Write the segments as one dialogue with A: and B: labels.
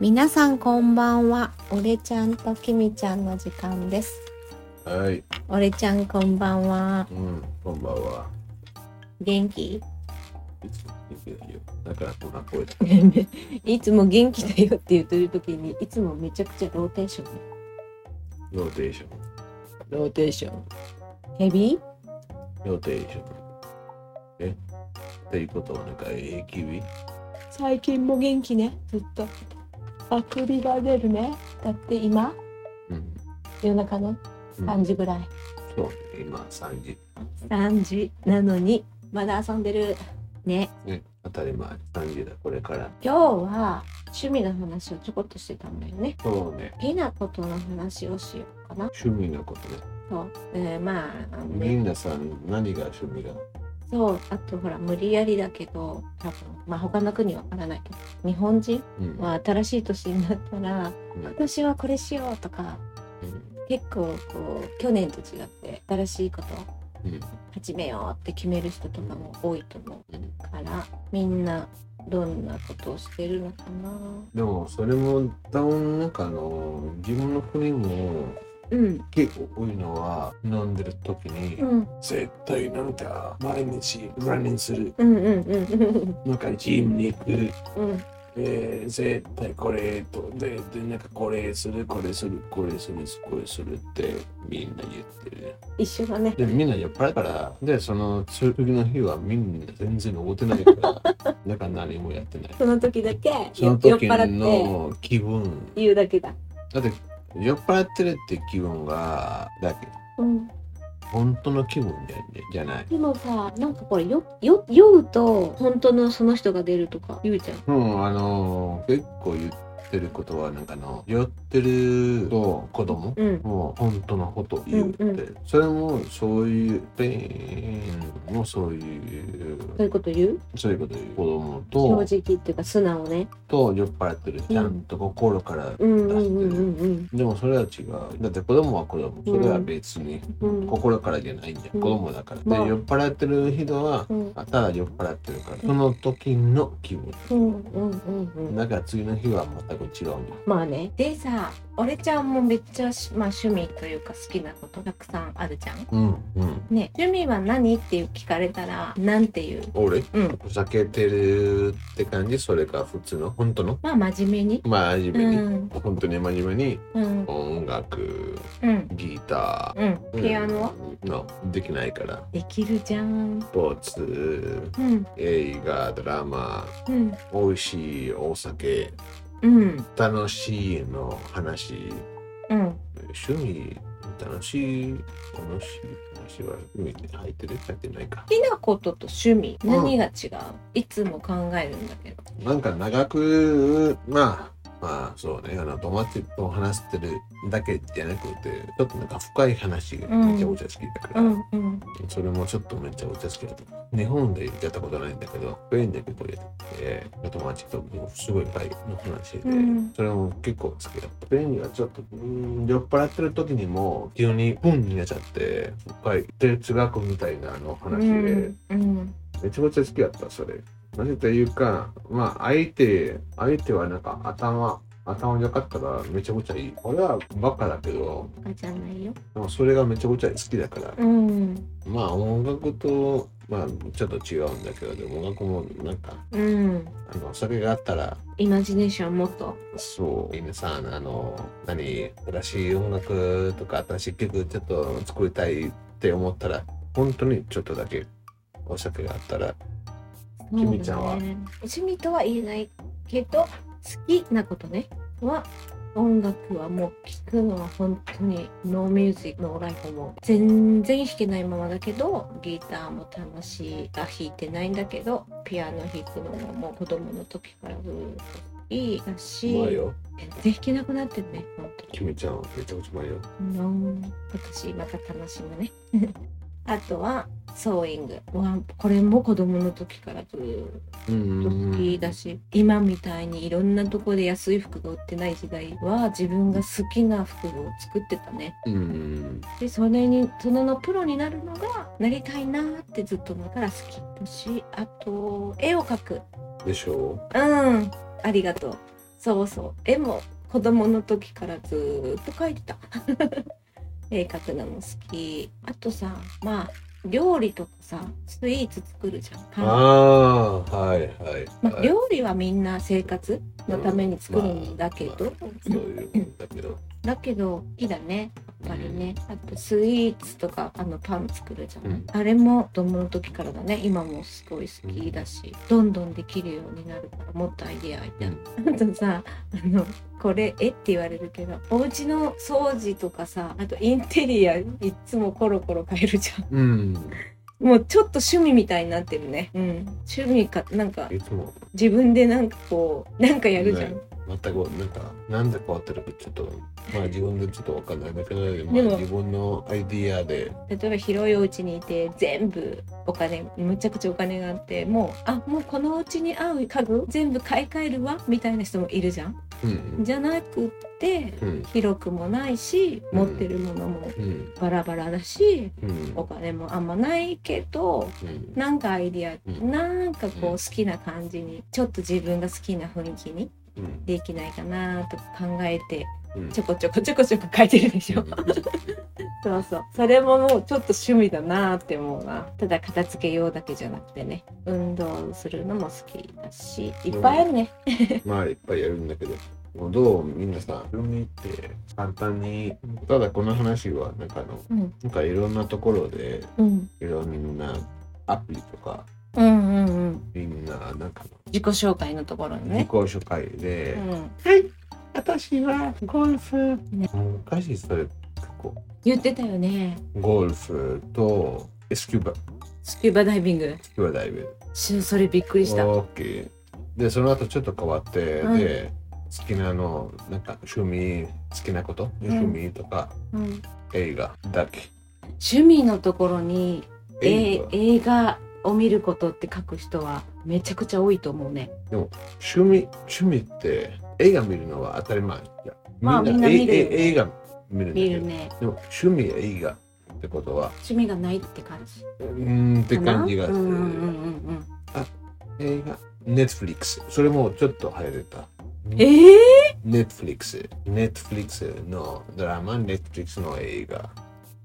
A: 皆さんこんばんは。オレちゃんとキミちゃんの時間です。
B: はい、
A: オレちゃんこんばんは。
B: うん、こんばんは。
A: 元気
B: いつも元気だよ。だからこんな声だ。
A: いつも元気だよって言ってる時にいつもめちゃくちゃローテーション。
B: ローテーション、
A: ローテーション。ヘビー
B: ローテーション。えっていうことはなんか永久日
A: 最近も元気ね。ずっと。あくびが出るね。だって今
B: うん。
A: 夜中の
B: うん
A: 3時ぐらい。
B: そうね、今3時。
A: 3時なのにまだ遊んでる。ね。
B: ね、当たり前、3時だ、これから。
A: 今日は趣味の話をちょこっとしてたんだよね。
B: そうね、
A: 好きなことの話をしようかな。
B: 趣味のことね。
A: そう、えーまああの
B: み
A: ね、
B: んなさん、何が趣味が
A: そう、あとほら、無理やりだけど、多分まあ他の国わからないけど、日本人
B: うん。
A: は新しい年になったら、
B: うん
A: 私はこれしようとか、結構こう、去年と違って、新しいことを
B: うん。
A: 始めようって決める人とかも多いと思
B: うん
A: うから、みんなどんなことをしてるのかな。
B: でも、それも、ダウンなんかあの、自分の国も
A: うん、
B: 結構多いのは、飲んでる時に、
A: うん、
B: 絶対なんか毎日ランニングする
A: うん、うん、うん、
B: なんかジムに行く、
A: うん、
B: えー絶対これとででなんかこれするこれするこれするこれするってみんな言ってる
A: 一緒だね。
B: でみんな酔っ払いからでその次の日はみんな全然覚えてないからだから何もやってない
A: その時だけよ
B: そ
A: 酔
B: の
A: っ
B: 時
A: 払って
B: の気分
A: 言うだけだ。
B: だって酔っ払ってるって気分がだけど
A: うん。
B: 本当の気分じゃじゃない
A: でもさ、なんかこれよ、よ、酔うと、本当のその人が出るとか言うじゃん。
B: うん、あのー結構言ってることはなんかあの酔ってると子供
A: うん。
B: もう本当のことを言うって、
A: うん
B: それもそういうペインもそういう
A: そういうこと言う
B: そういうこと言う子供
A: 正直
B: と
A: っていうか素直ね。
B: と酔っ払ってるちゃんと心から、
A: うんうんうんうん
B: でもそれは違うだって子供は子供それは別に
A: うん。うん。
B: 心からじゃないんじゃん、
A: うん
B: 子供だから、
A: まあ
B: で酔っ払ってる人は
A: うん
B: ただ酔っ払ってるからその時の気分、
A: うんうんうんうん。
B: だから次の日は全く違うんだ
A: まあね。でさ、俺ちゃんもめっちゃし、まあ、趣味というか好きなことたくさんあるじゃん。
B: うんうん。
A: ね、趣味は何っていう聞かれたら、なんていう。
B: 俺
A: うん。
B: ふざけてるって感じそれか普通の本当の
A: まあ真面目に。
B: まあ真
A: う
B: 面目に、
A: ん。
B: 本当に真面目に
A: うん。
B: 音楽
A: うん。
B: ギタ
A: うん。
B: ー
A: ピアノは
B: うんのできないから
A: できるじゃん。
B: スポーツ
A: うん。
B: 映画ドラマ
A: うん。
B: 美味しいお酒
A: うん。
B: 楽しいの話
A: うん。
B: 趣味楽しい楽しい話は趣味に入ってる入ってないか
A: 好きなことと趣味
B: うん
A: 何が違う、いつも考えるんだけど
B: なんか長く、まあ、まあそうね、あの友達と話してるだけじゃなくて、ちょっとなんか深い話がめっちゃお茶好きだから、
A: うんうん
B: それもちょっとめっちゃお茶好きだと。日本でやったことないんだけど、スペインで結構やってて、友達ともうすごい深いの話で、
A: うん
B: それも結構好きだった。スペインにはちょっと、うん、酔っ払ってる時にも急にブンになっちゃって、深い哲学みたいなあの
A: う
B: 話で、
A: んうん
B: めちゃめちゃ好きだったそれなぜというかまあ相手相手はなんか頭頭良かったらめちゃくちゃいい俺はバカだけど
A: バカじゃないよ
B: でもそれがめちゃくちゃ好きだから
A: うん
B: まあ音楽とまあちょっと違うんだけどでも音楽もなんか
A: うん
B: あのそれがあったら
A: イマジネーションもっと
B: そう皆さんあの何新しい音楽とか新しい曲ちょっと作りたいって思ったら本当にちょっとだけお酒があったらキミちゃんは
A: そうだね趣味とは言えないけど好きなことねは音楽はもう聴くのは本当にノーミュージックのライフも全然弾けないままだけどギターも楽しいが弾いてないんだけどピアノ弾くのももう子供の時からずっと好きだ
B: う
A: し
B: まいよ
A: 全然弾けなくなってるね本当に
B: キムちゃんはめちゃくちゃ迷う。
A: うん今年また楽しむね あとはソーイングはこれも子供の時からずーっと好きだし、今みたいにいろんなとこで安い服が売ってない時代は自分が好きな服を作ってたね
B: うん。
A: でそれにそののプロになるのがなりたいなーってずっと思うから好きだしあと絵を描く
B: でしょ
A: うんありがとうそうそう絵も子供の時からずーっと描いてた 絵描くのも好きあとさまあ料理とかさスイーツ作るじゃん
B: あ
A: パン
B: あはいはい、
A: まあ、
B: はい
A: 料理はみんな生活のために作るんだけど、
B: まあまあそういうことだけど
A: だけど好きだねやっぱりね、あとスイーツとかあのパン作るじゃん、
B: うん
A: あれも子供の時からだね今もすごい好きだし、どんどんできるようになるからもっとアイデアアイデア、あとさあのこれえって言われるけどお家の掃除とかさあとインテリアいっつもコロコロ変えるじゃん
B: うん
A: もうちょっと趣味みたいになってるね、うん、趣味かなんか
B: いつも
A: 自分でなんかこうなんかやるじゃん、
B: ね全くなんかなんで変わってるかちょっとまあ自分でちょっとわかんないんだけど、
A: で
B: ま
A: も
B: あ、自分のアイディアで
A: 例えば広いお家にいて全部お金むちゃくちゃお金があってもうあもうこのお家に合う家具全部買い替えるわみたいな人もいるじゃん
B: うん
A: じゃなくって
B: うん
A: 広くもないし持ってるものも
B: うん
A: バラバラだし
B: うん
A: お金もあんまないけど
B: うん
A: なんかアイデ
B: う
A: ィア
B: ん
A: なんかこう
B: うん
A: 好きな感じにちょっと自分が好きな雰囲気に
B: うん
A: できないかなとか考えて
B: うん
A: ちょこちょこちょこちょこ書いてるでしょ。そうそう。それももうちょっと趣味だなって思うな。ただ片付けようだけじゃなくてね、運動するのも好きだし、いっぱいあるね。
B: まあいっぱいやるんだけどもうどうみんなさ自分にって簡単にただこの話はなんかあの
A: うん。
B: なんかいろんなところで
A: うん。
B: いろんなアプリとか
A: うんうんうん。
B: みんななんか
A: 自己紹介のところに
B: 自己
A: ね。
B: 紹介で、
A: うん。
B: はい私はゴルフ、
A: ね
B: 昔それ結構
A: 言ってたよね。
B: ゴルフとスキューバ
A: スキューバダイビング。
B: スキューバダイブ
A: しそれびっくりした。
B: 大きいでその後ちょっと変わって、
A: うん
B: で好きなのなんか趣味好きなこと、
A: ん
B: 趣味とか
A: うん。
B: 映画だけ
A: 趣味のところに、え
B: 映画
A: 映画を見ることって書く人はめちゃくちゃ多いと思うね。
B: 趣味趣味って映画見るのは当たり前いや
A: まあ
B: みんな
A: みんな見る
B: ええ映画見るんだけ
A: 見
B: ど
A: るね。
B: でも趣味や映画ってことは
A: 趣味がないって感じ。
B: うーんって感じがす
A: か
B: る
A: なうんうんうんうん。
B: 映画 Netflix それもちょっと入れた
A: ええ
B: Netflix Netflix のドラマ Netflix の映画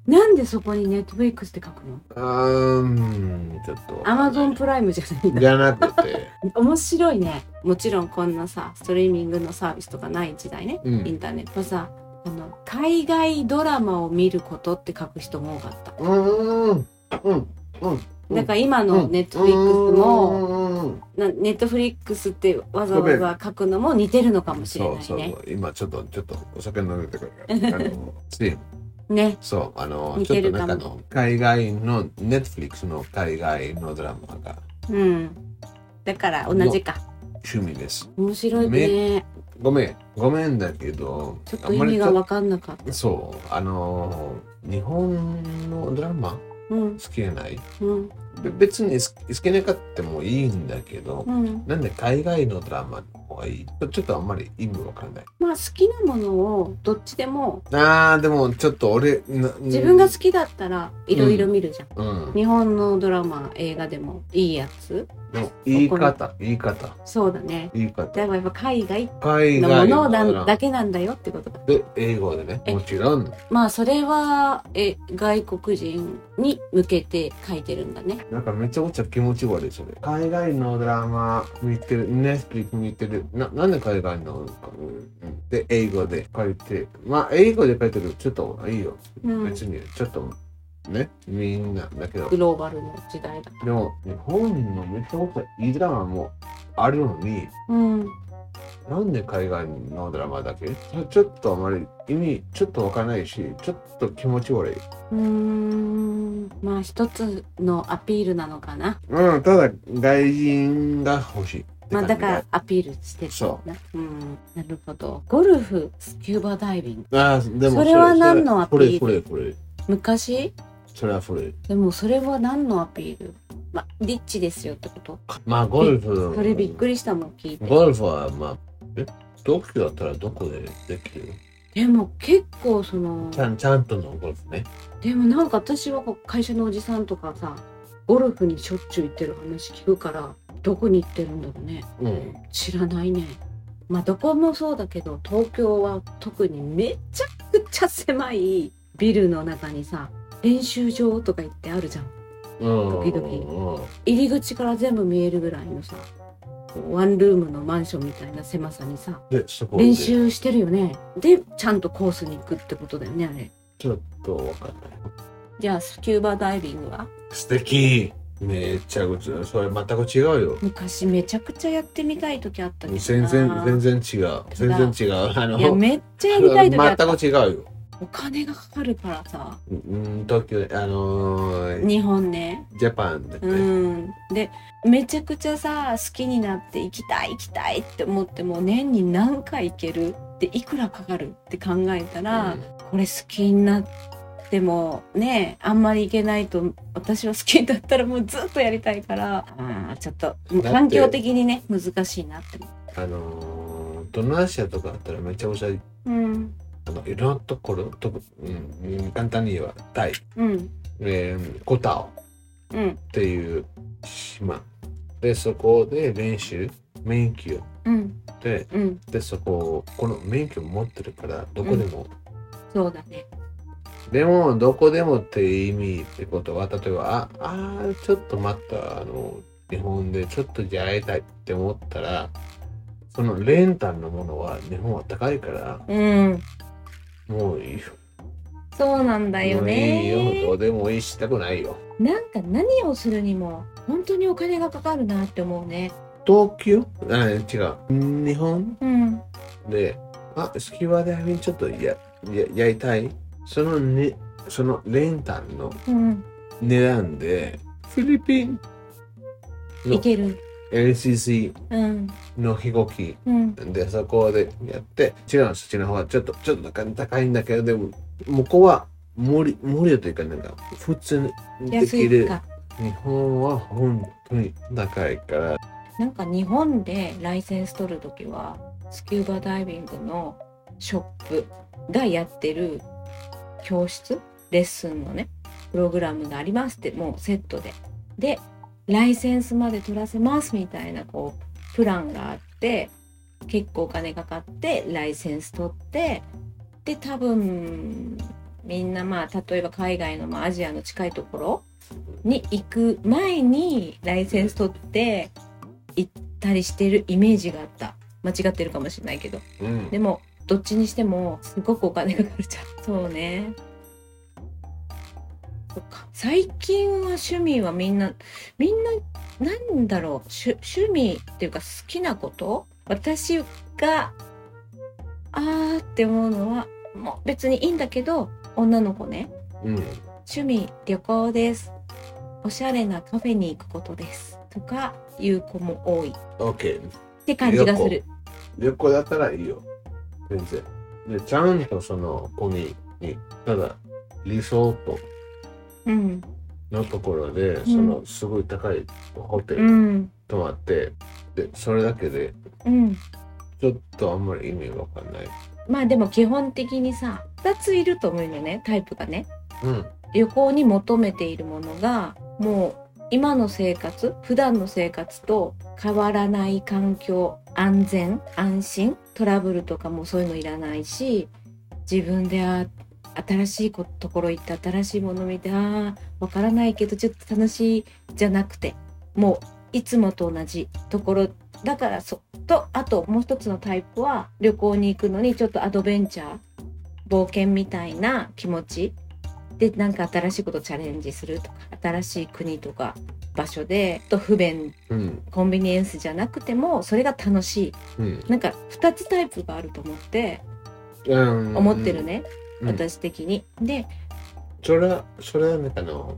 A: なんでそこにネットフリックスって書くの
B: うーんちょっと
A: アマゾンプライムじゃないんだ
B: じゃなくて、
A: 面白いねもちろんこんなさストリーミングのサービスとかない時代ね
B: う
A: イン
B: ん、
A: ターネットさあの海外ドラマを見ることって書く人も多かった
B: うんうんうんうん
A: だから今のネットフリックスも、
B: も
A: なネットフリックスってわざわざ書くのも似てるのかもしれないね
B: そうそう今ちょっとちょっとお酒飲んでたからあ のつい
A: ね
B: そうあの
A: 似
B: ちょってと
A: る
B: な
A: かも
B: んかあの海外の Netflix の海外のドラマが
A: うんだから同じか
B: 趣味です
A: 面白いね
B: ごめんごめんだけど
A: ちょっと意味が
B: あんま
A: 分かんなかった
B: りちょそうあの日本のドラマ
A: うん
B: 好きじゃない
A: うん
B: べ別に好き好きなかってもいいんだけど、
A: うん
B: なんで海外のドラマの方がいいちょちょっとあんまり意味わかんない。
A: まあ好きなものをどっちでも
B: あー、でもちょっと俺、な
A: 自分が好きだったらいろいろ見るじゃん、
B: うん。
A: 日本のドラマ映画でもいいやつ
B: でも言い方、言い方、
A: そうだね
B: 言い
A: で
B: 方。
A: もやっぱ海外
B: 海
A: のも
B: 外
A: の
B: のド
A: だ
B: ラマ
A: だけなんだよってことだ
B: で、英語でね、
A: え
B: もちろん。
A: まあそれはえ外国人に向けて書いてるんだね
B: なんかめちゃくちゃ気持ち悪い、それ。海外のドラマ見てる、ネスプリック見てる。な、なんで海外の、うん、で、英語で書いて。まあ、英語で書いてるちょっといいよ。
A: うん
B: 別に、ちょっと、ね、みんな、だけど
A: グ。ローバルの時代だ
B: でも日本のめっちゃくちゃいいドラマもあるのに
A: うん
B: なんで海外のドラマだけそれちょっとあまり意味ちょっとわからないしちょっと気持ち悪い。
A: うーんまあ一つのアピールなのかな
B: うん、ただ外人が欲しいって
A: まあ
B: 感じ
A: だからアピールしてる
B: そ
A: なうんなるほどゴルフスキューバダイビング
B: ああでも
A: それは何のアピール
B: これこれこれ
A: 昔
B: それはこれ
A: でもそれは何のアピールまあリッチですよってこと
B: まあゴルフ
A: それびっくりしたもん聞いて
B: ゴルフはまあえ東京だったらどこでできる
A: でも結構その
B: ちゃんちゃんとのゴルフね
A: でもなんか私はこう会社のおじさんとかさゴルフにしょっちゅう行ってる話聞くからどこに行ってるんだろうね
B: うん
A: 知らないねまあどこもそうだけど東京は特にめちゃくちゃ狭いビルの中にさ練習場とか言ってあるじゃん
B: うん
A: 時々入り口から全部見えるぐらいのさワンルームのマンションみたいな狭さにさ
B: でそこで
A: 練習してるよねでちゃんとコースに行くってことだよねあれ
B: ちょっとわかんない
A: じゃあスキューバダイビングは
B: 素敵めちゃくちゃそれ全く違うよ
A: 昔めちゃくちゃやってみたい時あったけどな
B: 全然全然違う全然違うあの
A: いやめっちゃやりたい時あった
B: 全く違うよ
A: お金がかかるからさ
B: うん東京あのー
A: 日本ね
B: ジャパンだって、
A: うん、でめちゃくちゃさ好きになって行きたい行きたいって思っても年に何回行けるっていくらかかるって考えたら、これ好きになってもねあんまり行けないと私は好きだったらもうずっとやりたいから、うん、ちょっと
B: て
A: 環境的にね難しいなって思
B: あのー、東南アジアとかだったらめちゃくちゃ
A: う。うん
B: あのいろんなところと、うんうん、簡単に言えばタイ、
A: うん
B: えー、コタオ
A: うん
B: っていう島でそこで練習免許
A: うん
B: で
A: うん
B: でそここの免許持ってるからどこでも、
A: そうだね
B: でもどこでもって意味ってことは例えばああーちょっと待ったあの日本でちょっとじゃあ会いたいって思ったらそのレンタルのものは日本は高いから
A: うん
B: もういいよ
A: そうなんだよね
B: もういいよどうでもいいしたくないよ
A: なんか何をするにも本当にお金がかかるなって思うね
B: 東京あ違う日本
A: うん
B: であスキューバーダイビングちょっとやややりたいそのねそのレンタルの
A: うん
B: 値段でフィリピン
A: い
B: の
A: ける。
B: LCC
A: うん。
B: の飛行機
A: うん。
B: でそこでやって違うそっちの方はちょっとちょっと高いんだけどでも向こうは無理無料というかなんか普通にで
A: 安
B: き
A: い
B: る
A: か。
B: 日本は本当に高いから
A: なんか日本でライセンス取るときは、スキューバダイビングのショップがやってる教室、レッスンのね、プログラムがありますって、もうセットで。で、ライセンスまで取らせますみたいな、こう、プランがあって、結構お金かかって、ライセンス取って、で、多分、みんなまあ、例えば海外の、まあ、アジアの近いところに行く前にライセンス取って行ったりしてるイメージがあった間違ってるかもしれないけど
B: うん
A: でもどっちにしてもすごくお金がかかるじゃんそうねそっか最近は趣味はみんなみんななんだろう趣趣味っていうか好きなこと私があーって思うのはもう別にいいんだけど女の子ね
B: うん
A: 趣味旅行ですおしゃれなカフェに行くことですとかいう子も多いっ
B: OK
A: て感じがする
B: 旅行だったらいいよ全然でちゃんとその子ににただリゾート
A: うん
B: のところで、
A: ん
B: そのすごい高いホテ
A: う
B: ル
A: ん
B: 泊まって、でそれだけで
A: うん
B: ちょっとあんまり意味わかんない
A: まあでも基本的にさ2ついると思うよねタイプがね
B: うん
A: 旅行に求めているものがもう今の生活普段の生活と変わらない環境安全安心トラブルとかもそういうのいらないし自分であ新しいこところ行って新しいもの見てあーわからないけどちょっと楽しいじゃなくてもういつもと同じところだからそとあともう一つのタイプは旅行に行くのにちょっとアドベンチャー冒険みたいな気持ちでなんか新しいことチャレンジするとか新しい国とか場所でちょっと不便
B: うん
A: コンビニエンスじゃなくてもそれが楽し
B: うん
A: いなんか2つタイプがあると思って
B: うん
A: 思ってる、ね、
B: うん
A: 私的に。で
B: それはそれはなんかあの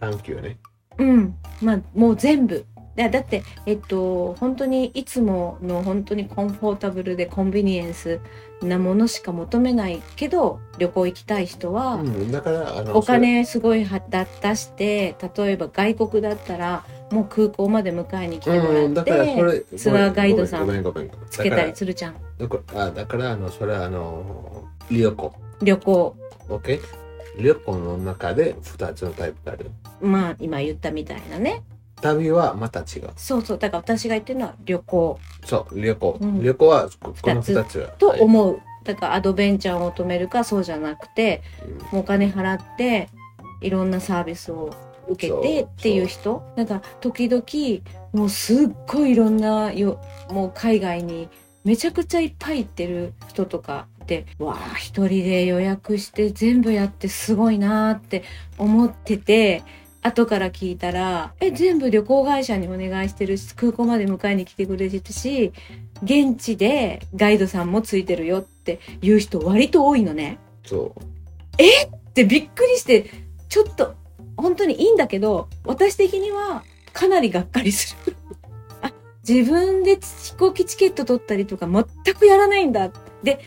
B: 探求ね
A: うんまあもう全部だだってえっと本当にいつもの本当にコンフォータブルでコンビニエンスなものしか求めないけど旅行行きたい人は
B: うんだからあの
A: お金すごいはだ出して例えば外国だったらもう空港まで迎えに来
B: そ
A: て
B: れ
A: も
B: うん
A: ら
B: だ
A: っ
B: からそ
A: て
B: れ
A: ツアーガイドさん
B: ごめんごめんごめん
A: つけたりするじゃん
B: だからあだからあのそれはあの旅行
A: 旅行
B: OK 旅行の中で2つのタイプがある
A: まあ今言ったみたいなね
B: 旅はまた違う。
A: そうそうだから私が言ってるのは旅行
B: そう、旅行。
A: うん
B: 旅行はここの
A: 二つ
B: 2つが。
A: と
B: はい
A: 思う、だからアドベンチャーを求めるかそうじゃなくて
B: うん
A: もうお金払っていろんなサービスを受けてっていう人なんか時々もうすっごいいろんなよもう海外にめちゃくちゃいっぱい行ってる人とかでわあ一人で予約して全部やってすごいなーって思ってて。後から聞いたら「え全部旅行会社にお願いしてるし空港まで迎えに来てくれてるし現地でガイドさんもついてるよ」っていう人割と多いのね。
B: そう。
A: でびっくりしてちょっと本当にいいんだけど私的にはかなりがっかりするあ自分で飛行機チケット取ったりとか全くやらないんだで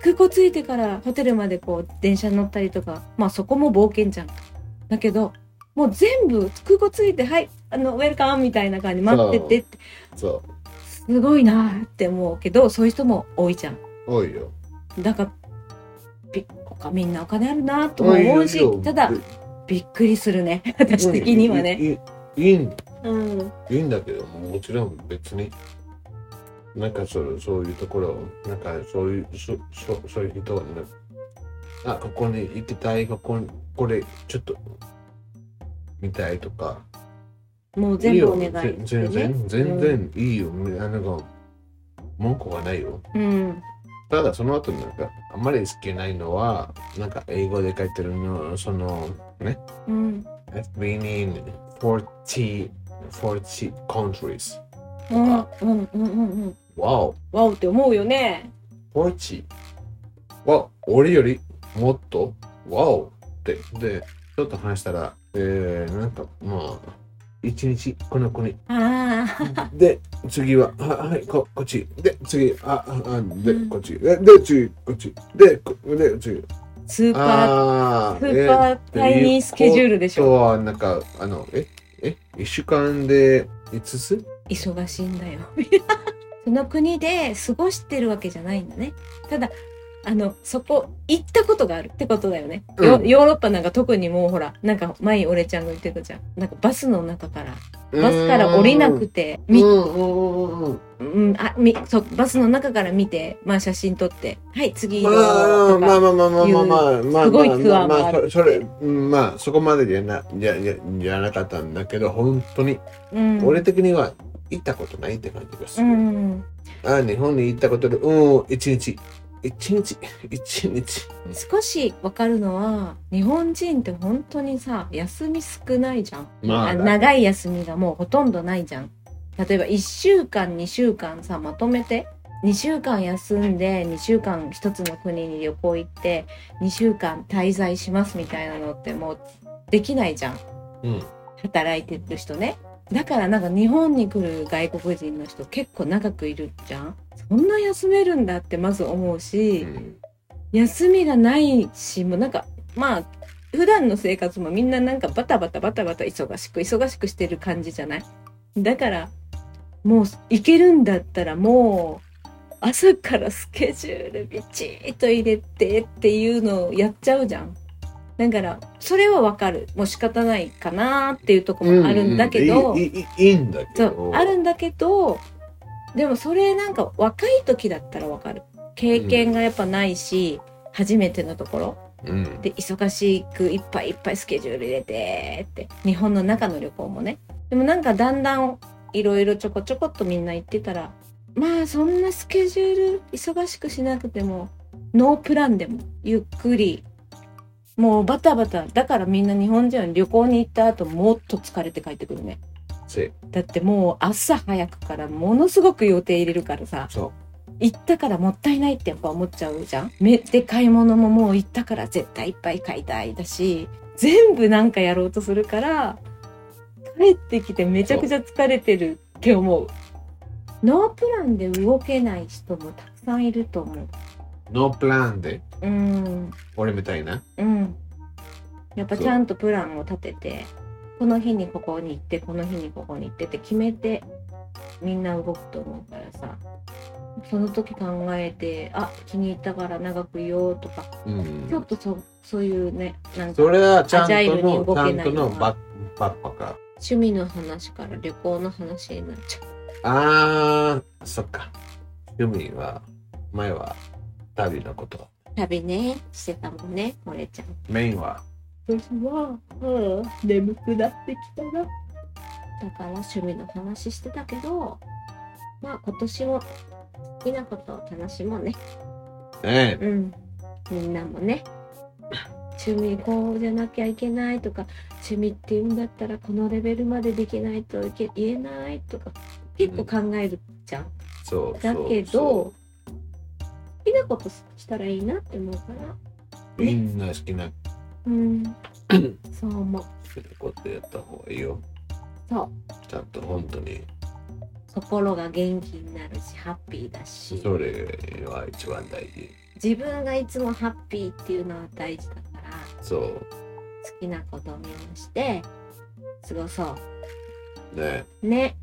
A: 空港着いてからホテルまでこう電車に乗ったりとかまあそこも冒険じゃんだけどもう全部空港着いてはいあのウェルカムみたいな感じで待っててって
B: そ
A: すごいなーって思うけどそういう人も多いじゃん
B: う。多いよ。
A: だからびおかみんなお金あるなとも思うし
B: 多いよ
A: ただびっくりするね私的にはね。
B: ね。いいいい
A: うん、
B: いいんだけどもちろん別になんかそうそういうところなんかそういうそそそういう人はねあここに行きたいここにこれちょっと見たいとか
A: もう全部お願い
B: いいよ
A: してね。
B: 全然全然いいよ、あなんか文句はないよ
A: うん、
B: ただその後なんかあんまり好きないのはなんか英語で書いてるのそのね
A: うん、
B: We need 40 40 countries
A: うん、うん、うん、うん、
B: Wow
A: わおって思うよね。
B: ポルチは俺よりもっとわおってでちょっと話したらえー、なんかまあ一日この国
A: ああ、
B: で次はあはいここっちで次あああで
A: うん
B: こっちでで次こっちでこで次
A: スーパー、
B: あ
A: スーパータイミースケジュールでし
B: 今日
A: ょ。
B: はなんかあのええ一週間で5つ
A: 忙しいんだよ。その国で過ごしてるわけじゃないんだね。ただ、あの、そこ行ったことがあるってことだよね。よ
B: うん
A: ヨーロッパなんか特にもうほら、なんか前俺ちゃんが言ってたじゃん。なんかバスの中から、バスから降りなくて、
B: うん
A: み
B: うんうんうんうん
A: うん、あ、み、そう、バスの中から見て、まあ写真撮って、はい、次行こうと
B: ま
A: か、
B: あまあまあまあまあまあまあ
A: すごいツアー
B: まあま
A: もあ
B: あ
A: って
B: そそれうんまあそこまでじゃなじゃじゃじゃなかったんだけど本当に
A: うん、
B: 俺的には行ったことないって感じがす
A: う
B: る、
A: ん、
B: あ日本に行ったことでうん一日一日一日
A: 少しわかるのは、日本人って本当にさ、休み少ないじゃん。
B: まあ
A: あ長い休みがもうほとんどないじゃん。例えば1週間、2週間さ、まとめて、2週間休んで、2週間一つの国に旅行行って、2週間滞在しますみたいなのってもうできないじゃん。
B: うん
A: 働いてる人ねだからなんか日本に来る外国人の人結構長くいるじゃんそんな休めるんだってまず思うし、休みがないしもうなんかまあ普段の生活もみんななんかバタバタバタバタ忙しく忙しくしてる感じじゃないだからもう行けるんだったらもう朝からスケジュールビチッと入れてっていうのをやっちゃうじゃんだからそれはわかるもう仕方ないかなっていうとこもあるんだけど、
B: うんいいいいいいんだけ
A: そ
B: ど
A: うあるんだけどでもそれなんか若い時だったらわかる経験がやっぱないし、初めてのところ
B: うん
A: で忙しくいっぱいいっぱいスケジュール入れてって日本の中の旅行もねでもなんかだんだんいろいろちょこちょこっとみんな行ってたらまあそんなスケジュール忙しくしなくてもノープランでもゆっくりもうバタバタだからみんな日本人は旅行に行った後もっと疲れて帰ってくるね
B: せ
A: だってもう朝早くからものすごく予定入れるからさ
B: そ
A: 行ったからもったいないってやっぱ思っちゃうじゃんめで買い物ももう行ったから絶対いっぱい買いたいだし全部なんかやろうとするから帰ってきてめちゃくちゃ疲れてるって思うノープランで動けない人もたくさんいると思う
B: うノープランで
A: うん
B: 俺みたいな
A: うんやっぱちゃんとプランを立ててこの日にここに行ってこの日にここに行ってって決めてみんな動くと思うからさその時考えてあ気に入ったから長くいようとか
B: うん
A: ちょっとそそういうねなんか
B: それはちゃん
A: アジャイ
B: と
A: ルに動
B: のちゃ
A: け
B: ん
A: ない
B: との
A: のは
B: バッバッパか
A: 趣味の話から旅行の話になっちゃう。
B: あー、そっか。ユミは、前は旅のこと。
A: 旅ね、してたもんね、これちゃん。
B: メインは、
A: 私は、うん、眠くなってきたな。だから趣味の話してたけど、まあ今年も好きなことを楽しもうね。
B: ねえ、
A: うん。みんなもね。趣味こうじゃなきゃいけないとか、趣味って言うんだったらこのレベルまでできないといけ言えないとか、結構考えるじゃん。
B: そう。
A: だけ
B: そう
A: ど、好きなことしたらいいなって思うから。
B: そうみんな好きな
A: うん。そう思う。
B: ことやった方がいいよ。
A: そう。
B: ちゃんと本当に、
A: 心が元気になるしハッピーだし
B: それは一番大事。
A: 自分がいつもハッピーっていうのは大事だから
B: そう。
A: 好きなことを見まして過ごそ
B: ね
A: うね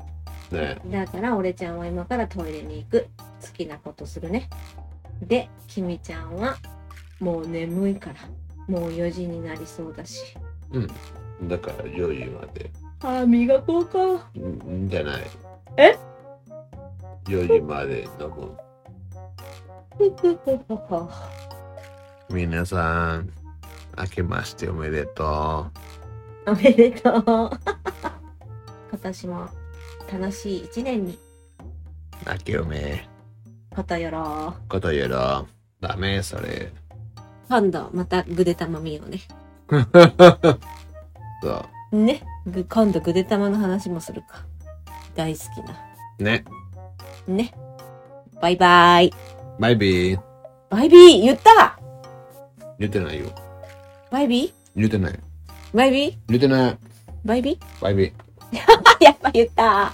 B: え、ね
A: だから俺ちゃんは今からトイレに行く好きなことするねできみちゃんはもう眠いからもう4時になりそうだし
B: え。うん。だから、4時まで。
A: あ磨こう か
B: んんじゃない。
A: え
B: ?4 時までの分。皆さん、明けましておめでと
A: おめでとう 今年も楽しい一年に
B: う。明けおめ。
A: ことよろ
B: ことやろ。ダメ、それ。
A: 今度またぐでたま見ようね。
B: そ
A: ね。ぐ今度ぐでたまの話もするか。大好きな。
B: う。ね。
A: ね。バイバイ。
B: バイビー。
A: バイビー言ったわ
B: 言ってないよ。
A: バイビ
B: 言ってない。
A: ーバイビー
B: 言ってない。
A: バイビー
B: バイビー。
A: あ、やっぱ言った